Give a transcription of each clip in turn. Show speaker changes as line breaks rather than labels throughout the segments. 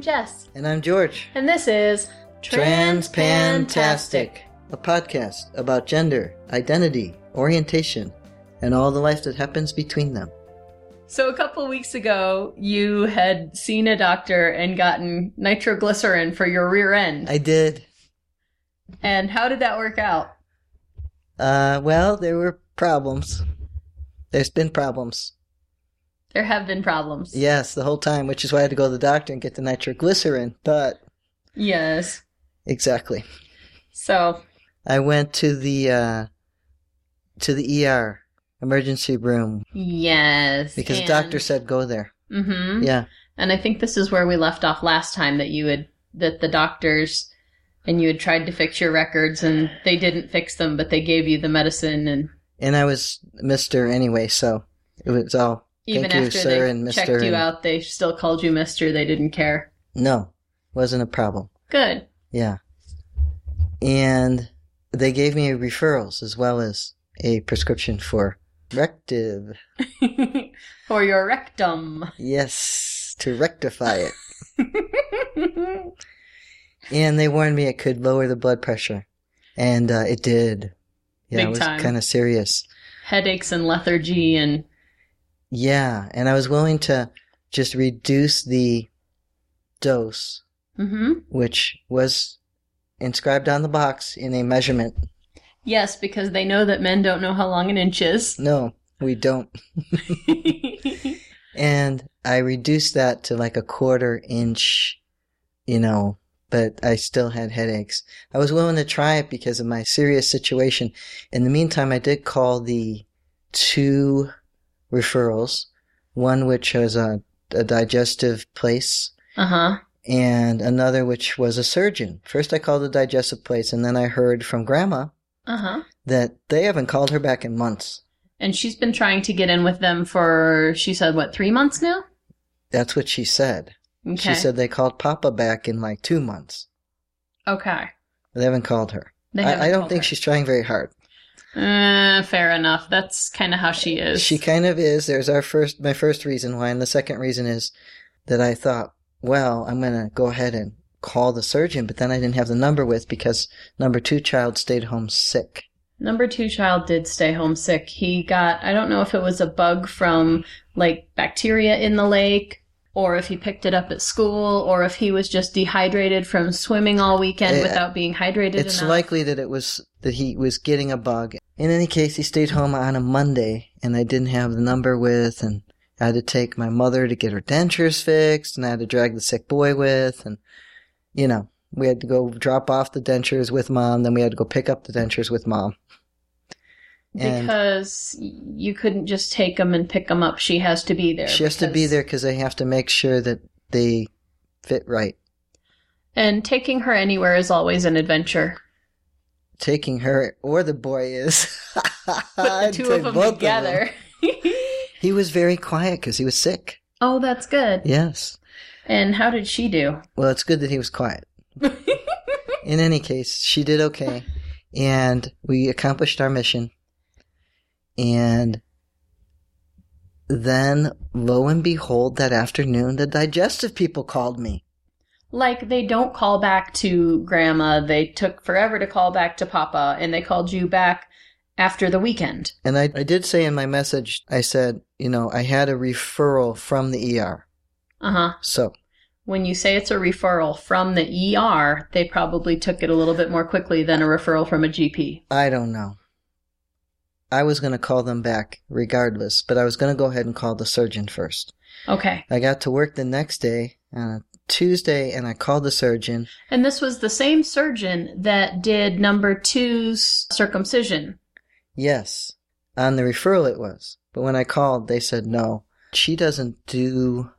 Jess,
And I'm George.
and this is
Transpantastic, a podcast about gender, identity, orientation, and all the life that happens between them.
So, a couple weeks ago, you had seen a doctor and gotten nitroglycerin for your rear end.
I did.
And how did that work out?
Uh, well, there were problems. There's been problems.
There have been problems.
Yes, the whole time, which is why I had to go to the doctor and get the nitroglycerin. But
Yes.
exactly,
So,
I went to the uh, to the ER emergency room
yes.
because the doctor said go there.
Mm-hmm.
Yeah,
And I think this is where we left off last time that you had that the doctors and you had tried to fix your records and they didn't fix them, but they gave you the medicine and
and I was Mister anyway, so it was all
even
Thank you,
after
sir
they
and
checked
mister
you
and-
out, they still called you Mister. They didn't care.
No, wasn't a problem.
Good.
Yeah. And they gave me referrals as well as a prescription for rective.
For your rectum.
Yes, to rectify it. And they warned me it could lower the blood pressure. And uh, it did. Yeah,
Big
it was
time.
kind of serious.
Headaches and lethargy and
Yeah, and I was willing to just reduce the dose,
hmm
which was inscribed on the box in a measurement.
yes, because they know that men don't know how long an inch is. Uh-huh.
No, we don't. and I reduced that to like a quarter inch, you know, but I still had headaches. I was willing to try it because of my serious situation. In the meantime, I did call the two referrals, one which was a, a digestive place
uh huh.
and another which was a surgeon. First, I called the digestive place, and then I heard from grandma
Uh huh.
that they haven't called her back in months.
And she's been trying to get in with them for she said what three months now.
That's what she said.
Okay.
She said they called Papa back in like two months.
okay.
They haven't called her.
They haven't
I, I don't
told
think
her.
she's trying very hard.
Uh, fair enough. That's kind of how she is.
She kind of is. There's our first, my first reason why, and the second reason is that I thought, well, I'm gonna go ahead and call the surgeon, but then I didn't have the number with because number two child stayed home sick.
Number two child did stay homesick. He got, I don't know if it was a bug from like bacteria in the lake, or if he picked it up at school, or if he was just dehydrated from swimming all weekend
Eh,
without being hydrated
It's
enough.
likely that it was that he was getting a bug. In any case, he stayed home on a Monday, and I didn't have the number with, and I had to take my mother to get her dentures fixed, and I had to drag the sick boy with, and you know, we had to go drop off the dentures with mom, then we had to go pick up the dentures with mom. And
because you couldn't just take him and pick him up. She has to be there.
she has to be
because-
there because they have to make sure that they fit right.
And taking her anywhere is always an adventure.
Taking her or the boy is.
Put the
I'd
two
say
of them
both
together.
them. He was very quiet because he was sick.
oh, that's good.
Yes.
And how did she do?
Well, it's good that he was quiet. In any case, she did okay, and we accomplished our mission. And then, lo and behold, that afternoon, the digestive people called me.
Like they don't call back to grandma. They took forever to call back to papa and they called you back after the weekend.
And I, I did say in my message, I said, you know, I had a referral from the ER.
Uh-huh.
So,
When you say it's a referral from the ER, they probably took it a little bit more quickly than a referral from a GP.
I don't know. I was going to call them back regardless, but I was going to go ahead and call the surgeon first.
Okay.
I got to work the next day, uh, Tuesday, and I called the surgeon.
And this was the same surgeon that did number two's circumcision.
Yes, on the referral it was. But when I called, they said no. She doesn't do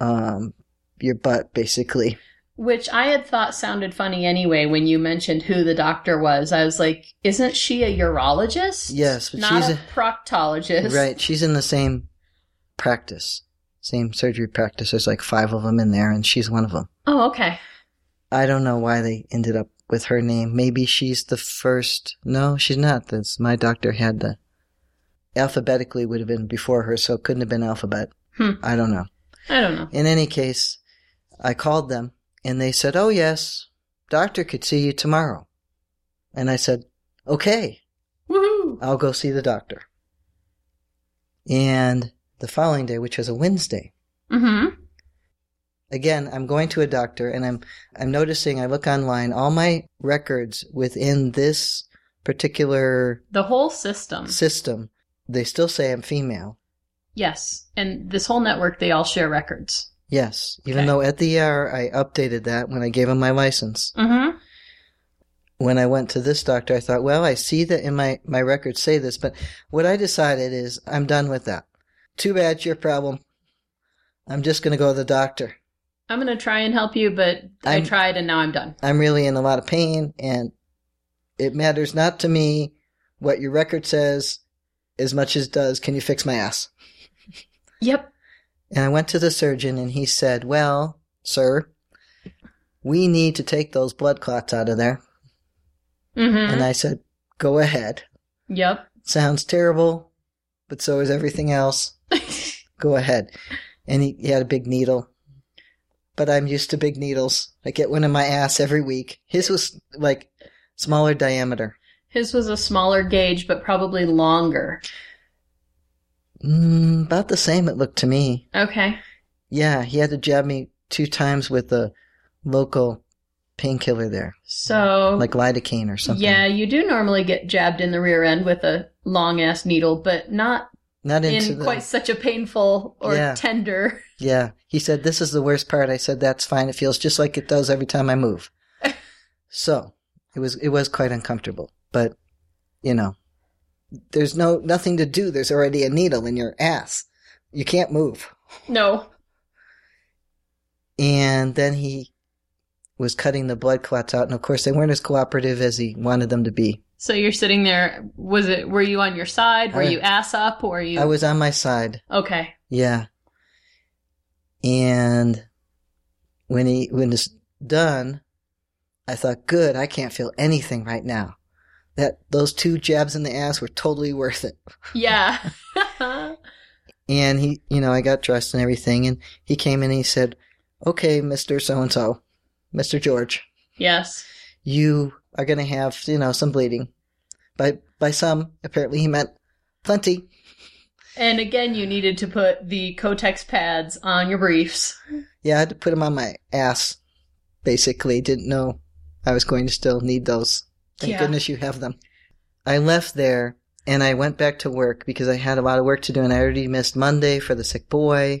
um your butt basically.
Which I had thought sounded funny anyway when you mentioned who the doctor was. I was like, isn't she a urologist?
Yes, but
Not
she's
a proctologist.
right, she's in the same practice. Same surgery practice. There's like 5 of them in there and she's one of them.
Oh, okay.
I don't know why they ended up with her name. Maybe she's the first. No, she's not. That's my doctor had the alphabetically would have been before her, so it couldn't have been alphabet.
Hmm.
I don't know.
I don't know.
In any case, I called them and they said, Oh, yes, doctor could see you tomorrow. And I said, Okay,
Woohoo!
I'll go see the doctor. And the following day, which was a Wednesday,
Mm-hmm.
again, I'm going to a doctor and I'm, I'm noticing I look online, all my records within this particular
The whole system.
system, they still say I'm female.
Yes. And this whole network, they all share records.
Yes, even
Okay.
though at the ER I updated that when I gave him my license.
Mm-hmm.
When I went to this doctor, I thought, well, I see that in my, my records say this, but what I decided is I'm done with that. Too bad, your problem. I'm just going to go to the doctor.
I'm going to try and help you, but i
I'm-
tried and now I'm done.
I'm really in a lot of pain, and it matters not to me what your record says as much as does, can you fix my ass?
Yep.
And I went to the surgeon and he said, Well, sir, we need to take those blood clots out of there.
Mm-hmm.
And I said, Go ahead.
yep.
Sounds terrible, but so is everything else. Go ahead. And he, he had a big needle. But I'm used to big needles. I get one in my ass every week. His was like smaller diameter.
His was a smaller gauge, but probably longer.
Mm, about the same, it looked to me.
Okay.
Yeah, he had to jab me two times with a local painkiller there.
So,
like lidocaine or something.
Oh. yeah, you do normally get jabbed in the rear end with a long ass needle, but not
not into
in
the.
quite such a painful or
Yeah.
tender.
yeah, he said this is the worst part. I said that's fine. It feels just like it does every time I move. so it was it was quite uncomfortable, but you know, there's no nothing to do. There's already a needle in your ass. You can't move.
No.
And then he was cutting the blood clots out, and of course they weren't as cooperative as he wanted them to be.
So you're sitting there. Was it? Were you on your side? Were
I-
you ass up? Were you?
Uh, I was on my side.
okay.
Yeah. And when he when it's done, I thought, good, I can't feel anything right now. That those two jabs in the ass were totally worth it.
Yeah.
And he, you know, I got dressed and everything, and he came in and he said, "Okay, Mister So and So, Mister George,
yes.
you are going to have, you know, some bleeding." By by some, apparently he meant plenty.
And again, you needed to put the Kotex pads on your briefs.
Yeah, I had to put him on my ass. Basically, didn't know I was going to still need those. Thank
Yeah.
goodness you have them. I left there and I went back to work because I had a lot of work to do and I already missed Monday for the sick boy. I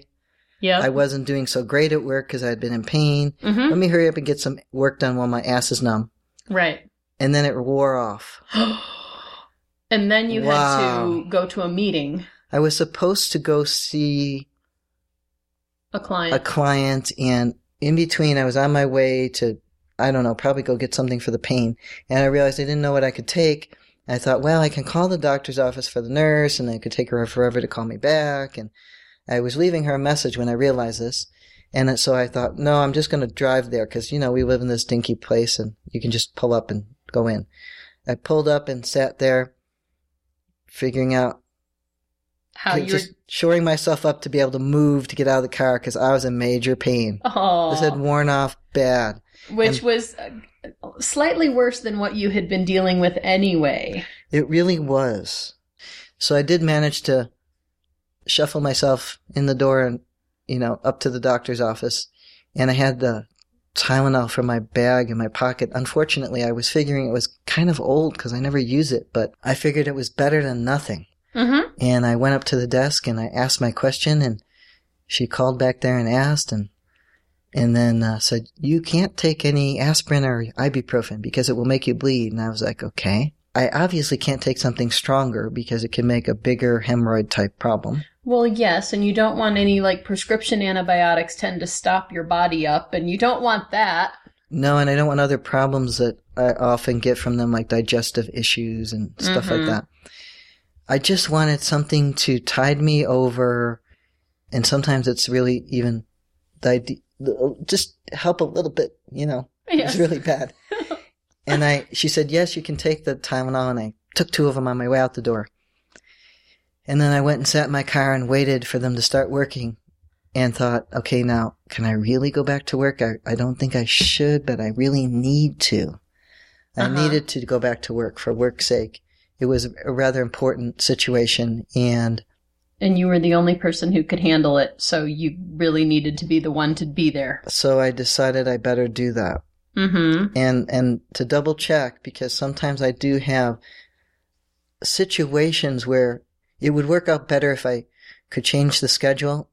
Yep.
wasn't doing so great at work because I had been in pain.
hmm
Let me hurry up and get some work done while my ass is numb.
Right.
And then it wore off.
and then you had
Wow.
to go to a meeting,
I was supposed to go see
a
a
client.
client and in between I was on my way to I don't know, probably go get something for the pain. And I realized I didn't know what I could take. I thought, well, I can call the doctor's office for the nurse and I could take her forever to call me back and I was leaving her a message when I realized this. And so I thought, no, I'm just going to drive there because, you know, we live in this dinky place and you can just pull up and go in. I pulled up and sat there figuring out
how you were.
just shoring myself up to be able to move to get out of the car because I was in major pain.
Oh.
This had worn off bad.
which was uh, slightly worse than what you had been dealing with anyway.
It really was. So I did manage to shuffle myself in the door and, you know, up to the doctor's office. And I had the Tylenol from my bag in my pocket. Unfortunately, I was figuring it was kind of old because I never use it, but I figured it was better than nothing.
Mm-hmm.
And I went up to the desk and I asked my question and she called back there and asked and and then uh, said, "You can't take any aspirin or ibuprofen because it will make you bleed." And I was like, "Okay." I obviously can't take something stronger because it can make a bigger hemorrhoid type problem.
Well, yes, and you don't want any like prescription antibiotics tend to stop your body up, and you don't want that.
No, and I don't want other problems that I often get from them, like digestive issues and stuff
Mhm.
like that. I just wanted something to tide me over, and sometimes it's really even, the ide- the- just help a little bit, you know.
Yes.
It's really bad. and I, she said, yes, you can take the Tylenol, and I took two of them on my way out the door. And then I went and sat in my car and waited for them to start working. and thought, okay, now can I really go back to work? I, I don't think I should, but I really need to. I
Uh-huh.
needed to go back to work for work's sake. It was a rather important situation and
And you were the only person who could handle it, so you really needed to be the one to be there.
so I decided I better do that.
Mm-hmm.
and and to double check because sometimes I do have situations where it would work out better if I could change the schedule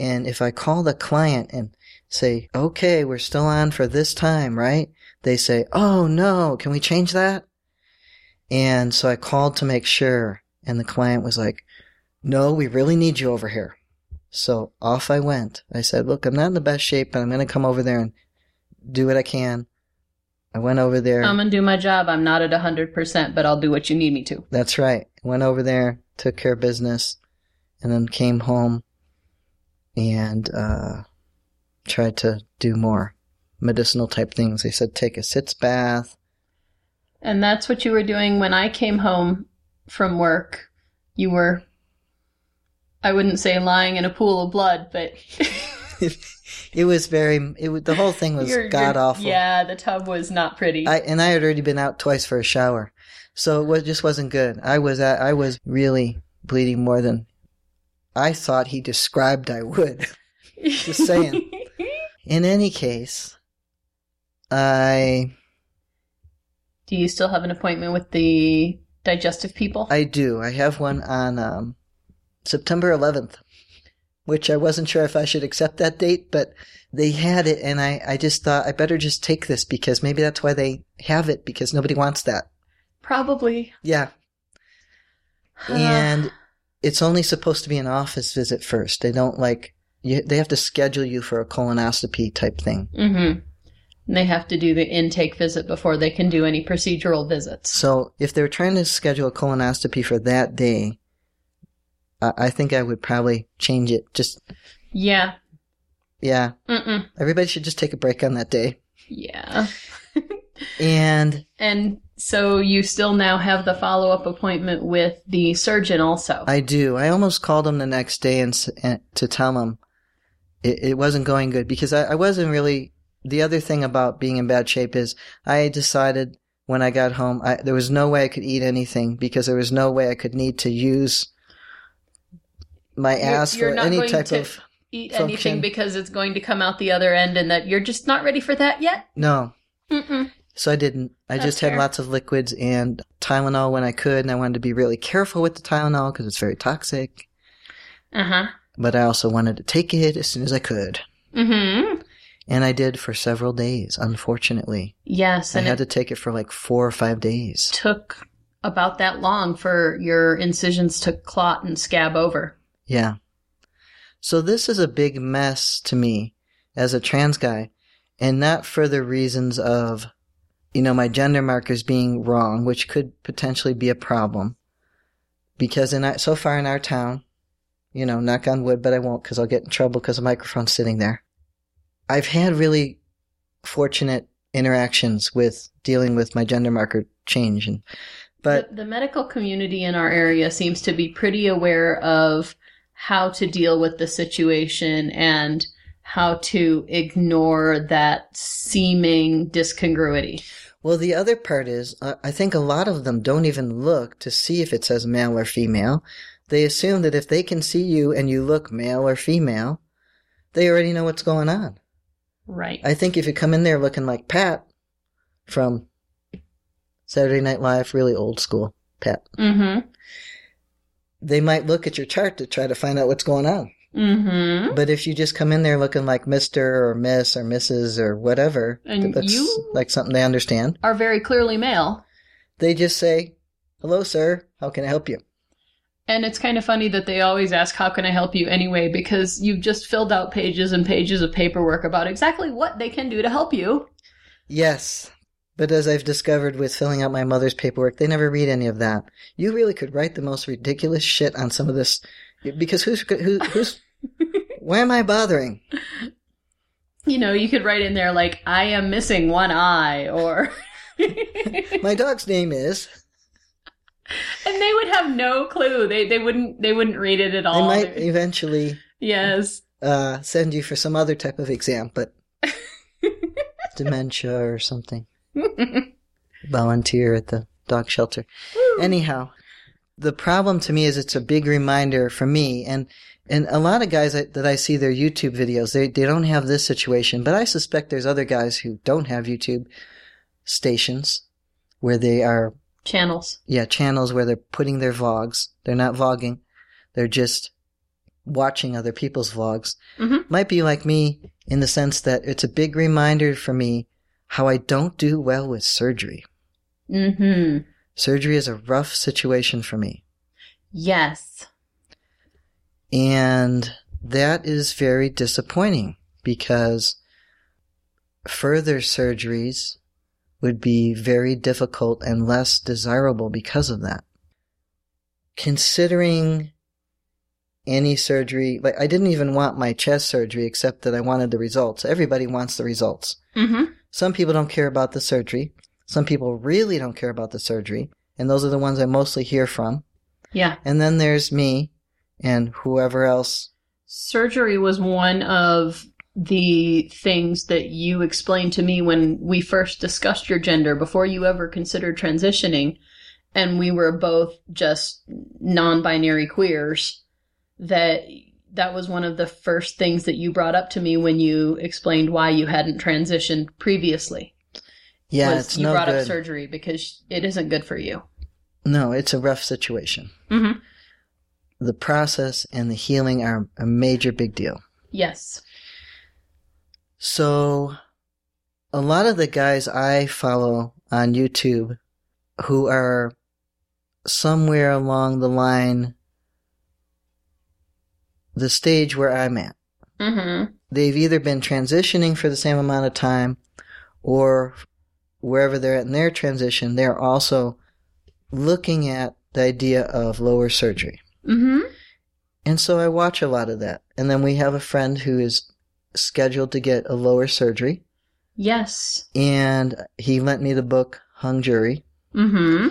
and if I call the client and say, "Okay, we're still on for this time, right?" They say, "Oh no, can we change that?" And so I called to make sure and the client was like, "No, we really need you over here." So off I went. I said, "Look, I'm not in the best shape, but I'm going to come over there and do what I can." I went over there.
I'm gonna do my job. I'm not at hundred percent, but I'll do what you need me to.
That's right. Went over there, took care of business, and then came home and uh, tried to do more medicinal type things. They said take a sitz bath.
And that's what you were doing when I came home from work. You were, I wouldn't say lying in a pool of blood, but
It was very. It was, the whole thing was
your- your-
god awful.
Yeah, the tub was not pretty.
I and I had already been out twice for a shower, so it was, just wasn't good. I was at, I was really bleeding more than I thought he described I would. just saying. In any case, I
do you still have an appointment with the digestive people?
I do. I have one on um, September 11th, which I wasn't sure if I should accept that date, but they had it, and I, I just thought I better just take this because maybe that's why they have it because nobody wants that.
Probably.
Yeah.
Uh-huh.
And it's only supposed to be an office visit first. They don't like, you, they have to schedule you for a colonoscopy type thing.
Mm-hmm. And they have to do the intake visit before they can do any procedural visits.
So if they're trying to schedule a colonoscopy for that day, I, I think I would probably change it. Just,
Yeah.
yeah.
Mm-mm.
Everybody should just take a break on that day.
Yeah.
And
And so you still now have the follow up appointment with the surgeon also.
I do. I almost called him the next day and, s- and to tell him it, it wasn't going good because I, I wasn't really. The other thing about being in bad shape is I decided when I got home I, there was no way I could eat anything because there was no way I could need to use my
You're-
ass
you're
for
not
any
going
type
to-
of
Eat
function.
E- anything because it's going to come out the other end and that you're just not ready for that yet?
no.
Mm-mm.
So I didn't. I
That's
just had
fair.
lots of liquids and Tylenol when I could, and I wanted to be really careful with the Tylenol because it's very toxic.
Uh huh.
but I also wanted to take it as soon as I could.
Mm hmm.
And I did for several days, unfortunately.
Yes.
I
And it
had to take it for like four or five days.
took about that long for your incisions to clot and scab over.
Yeah. So this is a big mess to me as a trans guy, and not for the reasons of, you know, my gender markers being wrong, which could potentially be a problem. Because in our, so far in our town, you know, knock on wood, but I won't because I'll get in trouble because the microphone's sitting there. I've had really fortunate interactions with dealing with my gender marker change, and but
the, the medical community in our area seems to be pretty aware of how to deal with the situation and how to ignore that seeming discongruity.
Well, the other part is, uh, I think a lot of them don't even look to see if it says male or female. They assume that if they can see you and you look male or female, they already know what's going on.
Right.
I think if you come in there looking like Pat from Saturday Night Live, really old school Pat,
Mm-hmm.
they might look at your chart to try to find out what's going on.
Mm-hmm.
But if you just come in there looking like Mr. or Miss or Mrs. or whatever,
And
that looks
you-
like something they understand,
Are very clearly male.
they just say, Hello, sir. How can I help you?
And it's kind of funny that they always ask, How can I help you anyway? Because you've just filled out pages and pages of paperwork about exactly what they can do to help you.
Yes. But as I've discovered with filling out my mother's paperwork, they never read any of that. You really could write the most ridiculous shit on some of this, because who's who, who's why am I bothering?
You know, you could write in there, like, I am missing one eye, or.
My dog's name is.
And they would have no clue. They they wouldn't they wouldn't read it at
They
all.
might eventually
yes.
uh, send you for some other type of exam, but dementia or something. Volunteer at the dog shelter. Anyhow, the problem to me is it's a big reminder for me and and a lot of guys that, that I see their YouTube videos, they, they don't have this situation, but I suspect there's other guys who don't have YouTube stations where they are,
Channels.
yeah, channels where they're putting their vlogs. They're not vlogging. They're just watching other people's vlogs.
Mhm.
Might be like me in the sense that it's a big reminder for me how I don't do well with surgery.
Mm-hmm.
Surgery is a rough situation for me.
Yes.
And that is very disappointing because further surgeries would be very difficult and less desirable because of that. Considering any surgery, like I didn't even want my chest surgery except that I wanted the results. Everybody wants the results.
Mm-hmm.
Some people don't care about the surgery. Some people really don't care about the surgery. And those are the ones I mostly hear from.
Yeah.
And then there's me and whoever else
Surgery was one of the things that you explained to me when we first discussed your gender before you ever considered transitioning. And we were both just non binary queers. That that was one of the first things that you brought up to me when you explained why you hadn't transitioned previously.
Yeah,
was
it's
you
no
brought
good.
up surgery because it isn't good for you.
no, it's a rough situation.
Mm-hmm.
The process and the healing are a major big deal.
Yes.
So, a lot of the guys I follow on YouTube who are somewhere along the line, the stage where I'm at,
Mm-hmm.
they've either been transitioning for the same amount of time or wherever they're at in their transition, they're also looking at the idea of lower surgery.
Mm-hmm.
And so I watch a lot of that. And then we have a friend who is scheduled to get a lower surgery,
Yes.
and he lent me the book Hung Jury
Mm-hmm.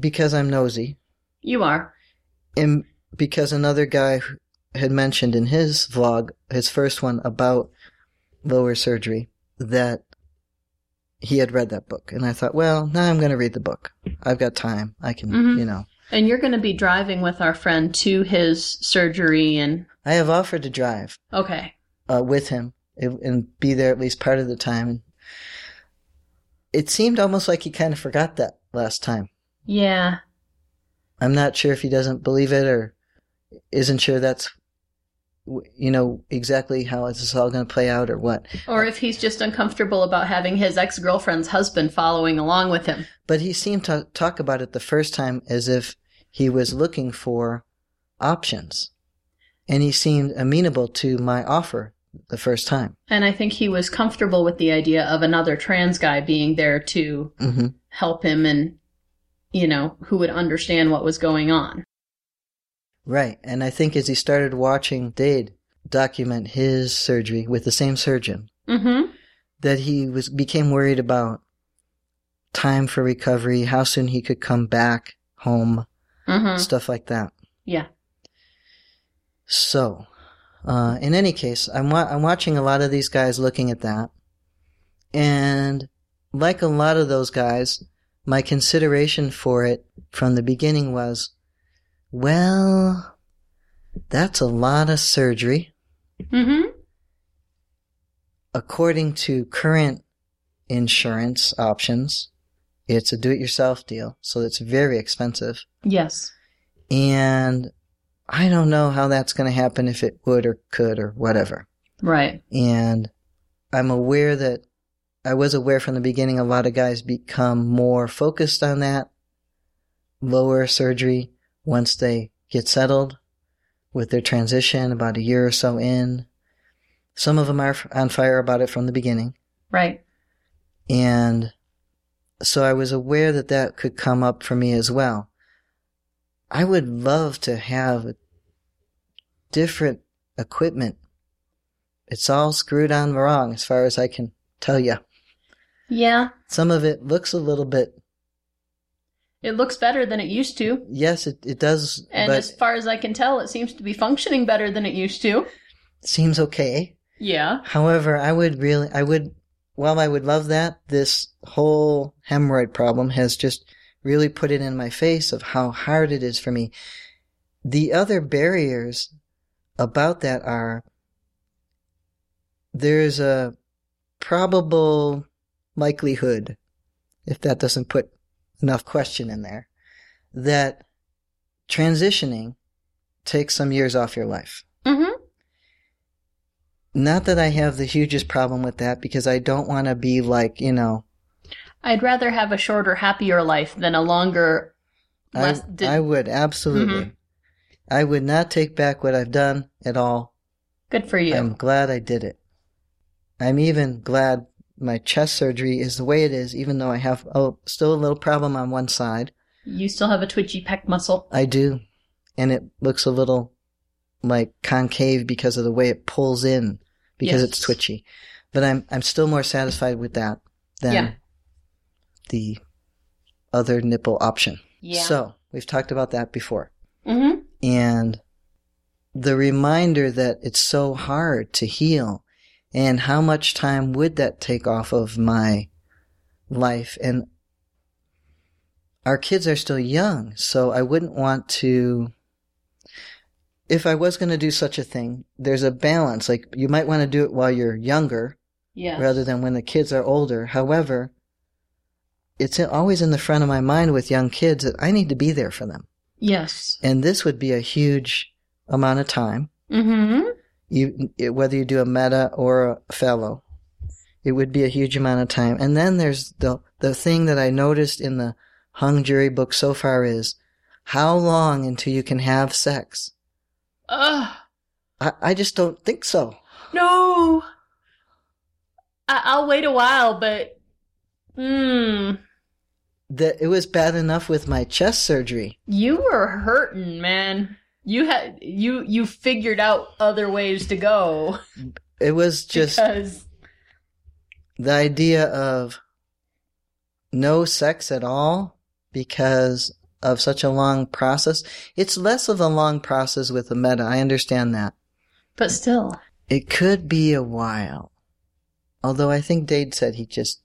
because I'm nosy,
You are.
and because another guy had mentioned in his vlog, his first one about lower surgery, that he had read that book. And I thought, well, now I'm going to read the book. I've got time. I can,
Mhm.
you know.
And you're going to be driving with our friend to his surgery and
I have offered to drive.
okay.
uh, with him and- and be there at least part of the time. It seemed almost like he kind of forgot that last time.
Yeah.
I'm not sure if he doesn't believe it or isn't sure that's, w- you know, exactly how this is all going to play out or what.
Or if he's just uncomfortable about having his ex-girlfriend's husband following along with him.
But he seemed to talk about it the first time as if he was looking for options. And he seemed amenable to my offer the first time.
And I think he was comfortable with the idea of another trans guy being there to
hmm
help him and you know, who would understand what was going on.
Right. And I think as he started watching Dade document his surgery with the same surgeon,
Mhm.
that he was became worried about time for recovery, how soon he could come back home,
Mhm.
stuff like that.
Yeah.
So, uh, in any case, I'm wa- I'm watching a lot of these guys looking at that, and like a lot of those guys, my consideration for it from the beginning was, well, that's a lot of surgery.
Mhm.
According to current insurance options, it's a do-it-yourself deal, so it's very expensive.
Yes.
And I don't know how that's going to happen if it would or could or whatever.
Right.
And I'm aware that I was aware from the beginning a lot of guys become more focused on that lower surgery once they get settled with their transition about a year or so in. Some of them are f- on fire about it from the beginning.
Right.
And so I was aware that that could come up for me as well. I would love to have different equipment. It's all screwed on wrong as far as I can tell you.
Yeah.
Some of it looks a little bit,
It looks better than it used to.
yes, it, it does,
And
but
as far as I can tell, it seems to be functioning better than it used to.
seems okay.
Yeah.
However, I would really, I would, while I would love that, this whole hemorrhoid problem has just really put it in my face of how hard it is for me. The other barriers about that are there's a probable likelihood, if that doesn't put enough question in there, that transitioning takes some years off your life.
Mm-hmm.
Not that I have the hugest problem with that because I don't want to be like, you know,
I'd rather have a shorter, happier life than a longer, less.
I,
di- Mm-hmm.
I would absolutely. I would not take back what I've done at all.
good for you.
I'm glad I did it. I'm even glad my chest surgery is the way it is, even though I have oh, still a little problem on one side.
you still have a twitchy pec muscle.
I do. And it looks a little like concave because of the way it pulls in because it's
Yes.
twitchy. But I'm I'm still more satisfied with that than
Yeah.
the other nipple option.
Yeah.
So we've talked about that before.
Mm-hmm.
And the reminder that it's so hard to heal and how much time would that take off of my life and our kids are still young, so I wouldn't want to. If I was going to do such a thing, there's a balance. Like, you might want to do it while you're younger
Yeah.
rather than when the kids are older. However, it's always in the front of my mind with young kids that I need to be there for them.
Yes.
And this would be a huge amount of time,
Mm-hmm.
you, it- whether you do a meta or a fellow. It would be a huge amount of time. And then there's the, the thing that I noticed in the hung jury book so far is how long until you can have sex?
Ugh.
I, I just don't think so.
No. I- I'll wait a while, but. Mmm.
That it was bad enough with my chest surgery.
You were hurting, man. You had you you figured out other ways to go
It was just
because
the idea of no sex at all because of such a long process. It's less of a long process with a meta. I understand that.
but still.
It could be a while. Although I think Dade said he just,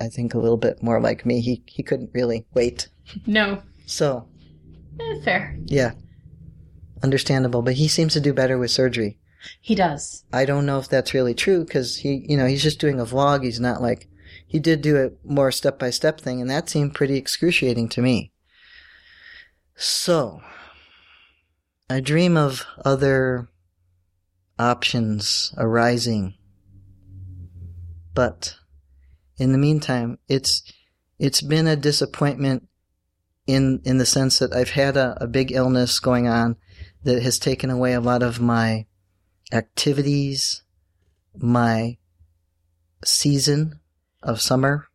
I think a little bit more like me, he, he couldn't really wait.
No.
So,
Eh, fair.
yeah. Understandable, but he seems to do better with surgery.
He does.
I don't know if that's really true because he, you know, he's just doing a vlog. He's not like, he did do a more step by step thing, and that seemed pretty excruciating to me. So, I dream of other options arising, but in the meantime, it's it's been a disappointment in in the sense that I've had a, a big illness going on that has taken away a lot of my activities, my season of summer.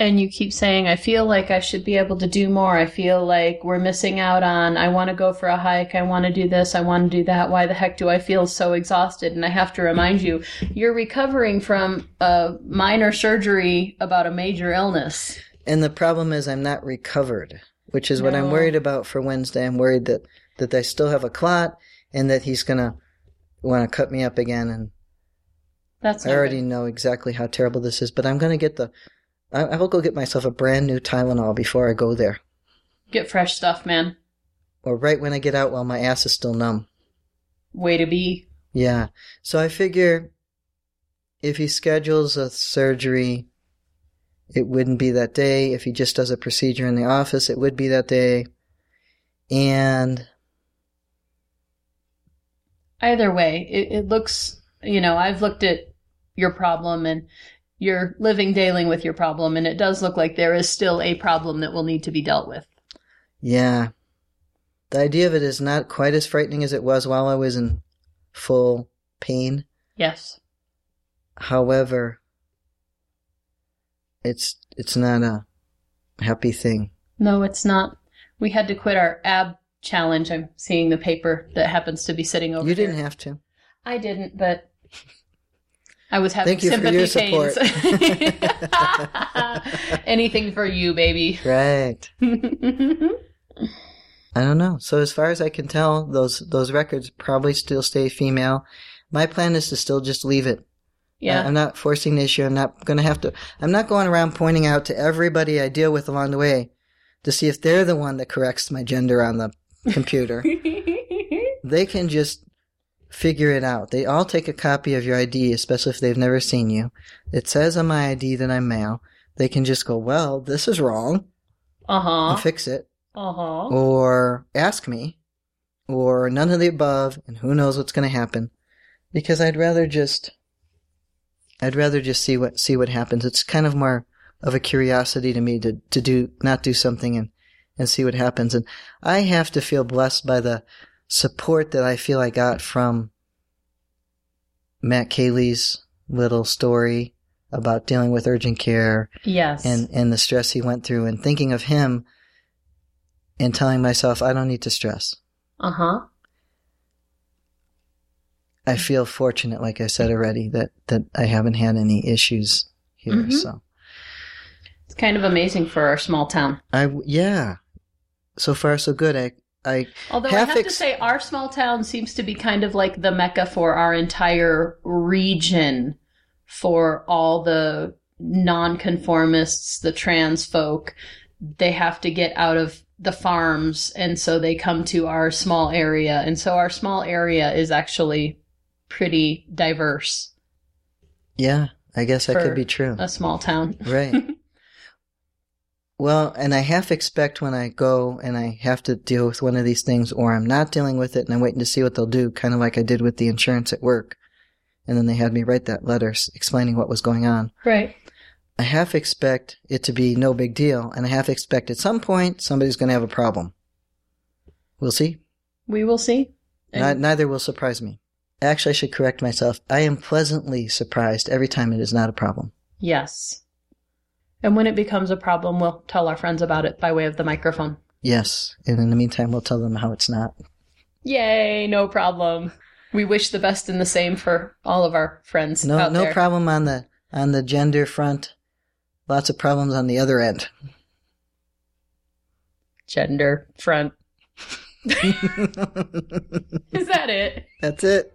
And you keep saying, I feel like I should be able to do more. I feel like we're missing out on, I want to go for a hike. I want to do this. I want to do that. Why the heck do I feel so exhausted? And I have to remind you, you're recovering from a minor surgery about a major illness.
And the problem is I'm not recovered, which is what I'm
No.
worried about for Wednesday. I'm worried that, that I still have a clot and that he's going to want to cut me up again. And
That's
I
not
already know exactly how terrible this is, but I'm going to get the, I, I will go get myself a brand new Tylenol before I go there
good. get fresh stuff, man.
or right when I get out while my ass is still numb.
Way to be.
Yeah. So I figure if he schedules a surgery, it wouldn't be that day. If he just does a procedure in the office, it would be that day. And
either way, it, it looks, you know, I've looked at your problem and you're living daily with your problem, and it does look like there is still a problem that will need to be dealt with.
yeah, the idea of it is not quite as frightening as it was while I was in full pain.
Yes.
However, it's it's not a happy thing.
No, it's not. We had to quit our ab challenge. I'm seeing the paper that happens to be sitting over
You didn't
here.
have to.
I didn't, but I was having
Thank you for
sympathy
your
pains. Anything for you, baby.
Right. I don't know. So as far as I can tell, those those records probably still stay female. My plan is to still just leave it.
Yeah.
I- I'm not forcing the issue. I'm not going to have to. I'm not going around pointing out to everybody I deal with along the way to see if they're the one that corrects my gender on the computer. they can just figure it out. They all take a copy of your ID, especially if they've never seen you. It says on my ID that I'm male. They can just go, well, this is wrong,
uh
and
huh.
fix it,
Uh huh.
or ask me, or none of the above, and who knows what's going to happen. Because I'd rather just, I'd rather just see what see what happens. It's kind of more of a curiosity to me to to do not do something and and see what happens. And I have to feel blessed by the support that I feel I got from Matt Cayley's little story about dealing with urgent care
Yes.
and and the stress he went through and thinking of him and telling myself I don't need to stress.
Uh huh.
I feel fortunate like I said already that that I haven't had any issues here
Mhm.
so.
It's kind of amazing for our small town.
I w- yeah. So far so good. I I
Although I
Half
have to
ex-
say, our small town seems to be kind of like the mecca for our entire region for all the nonconformists, the trans folk. They have to get out of the farms, and so they come to our small area. And so our small area is actually pretty diverse,
yeah, I guess that
For
could be true.
a small town.
Right. well, and I half expect when I go and I have to deal with one of these things, or I'm not dealing with it and I'm waiting to see what they'll do, kind of like I did with the insurance at work. And then they had me write that letter s- explaining what was going on.
Right.
I half expect it to be no big deal, and I half expect at some point somebody's going to have a problem. We'll see.
We will see. And-
Ni- neither will surprise me. Actually, I should correct myself. I am pleasantly surprised every time it is not a problem.
Yes. And when it becomes a problem, we'll tell our friends about it by way of the microphone.
Yes, and in the meantime, we'll tell them how it's not.
Yay, no problem. We wish the best and the same for all of our friends
No,
out
no
there.
problem on the on the gender front. Lots of problems on the other end.
Gender front. Is that it?
That's it.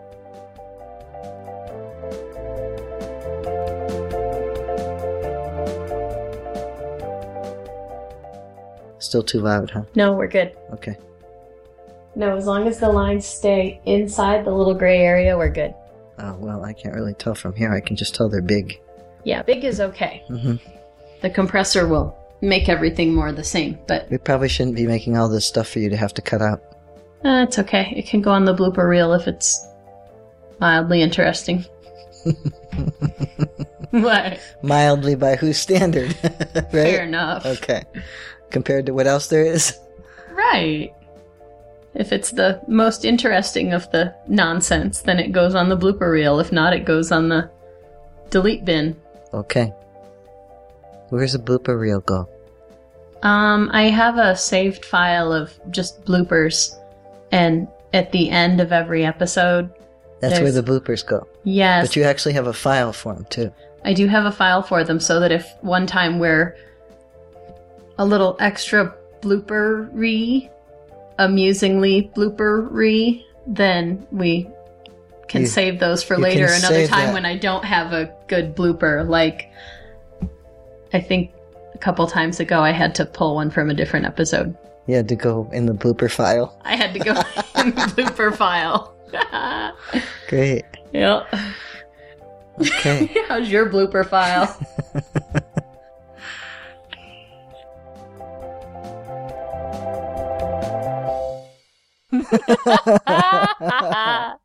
Still too loud, huh?
No, we're good.
Okay.
No, as long as the lines stay inside the little gray area, we're good.
Oh well, I can't really tell from here. I can just tell they're big.
Yeah, big is okay.
hmm
The compressor will make everything more the same, but
We probably shouldn't be making all this stuff for you to have to cut out.
uh, it's okay. It can go on the blooper reel if it's mildly interesting. what?
Mildly by whose standard? right?
Fair enough.
Okay. Compared to what else there is?
Right. If it's the most interesting of the nonsense, then it goes on the blooper reel. If not, it goes on the delete bin.
Okay. Where's the blooper reel go?
Um, I have a saved file of just bloopers, and at the end of every episode,
That's
There's-
where the bloopers go.
yes,
But you actually have a file for them too.
I do have a file for them so that if one time we're a little extra bloopery, amusingly bloopery, then we can
You-
save those for
you
later
can
another
save
time
that.
when I don't have a good blooper. Like, I think a couple times ago I had to pull one from a different episode.
You had to go in the blooper file.
I had to go in the blooper file.
Great.
Yep.
Okay.
How's your blooper file?
Ah!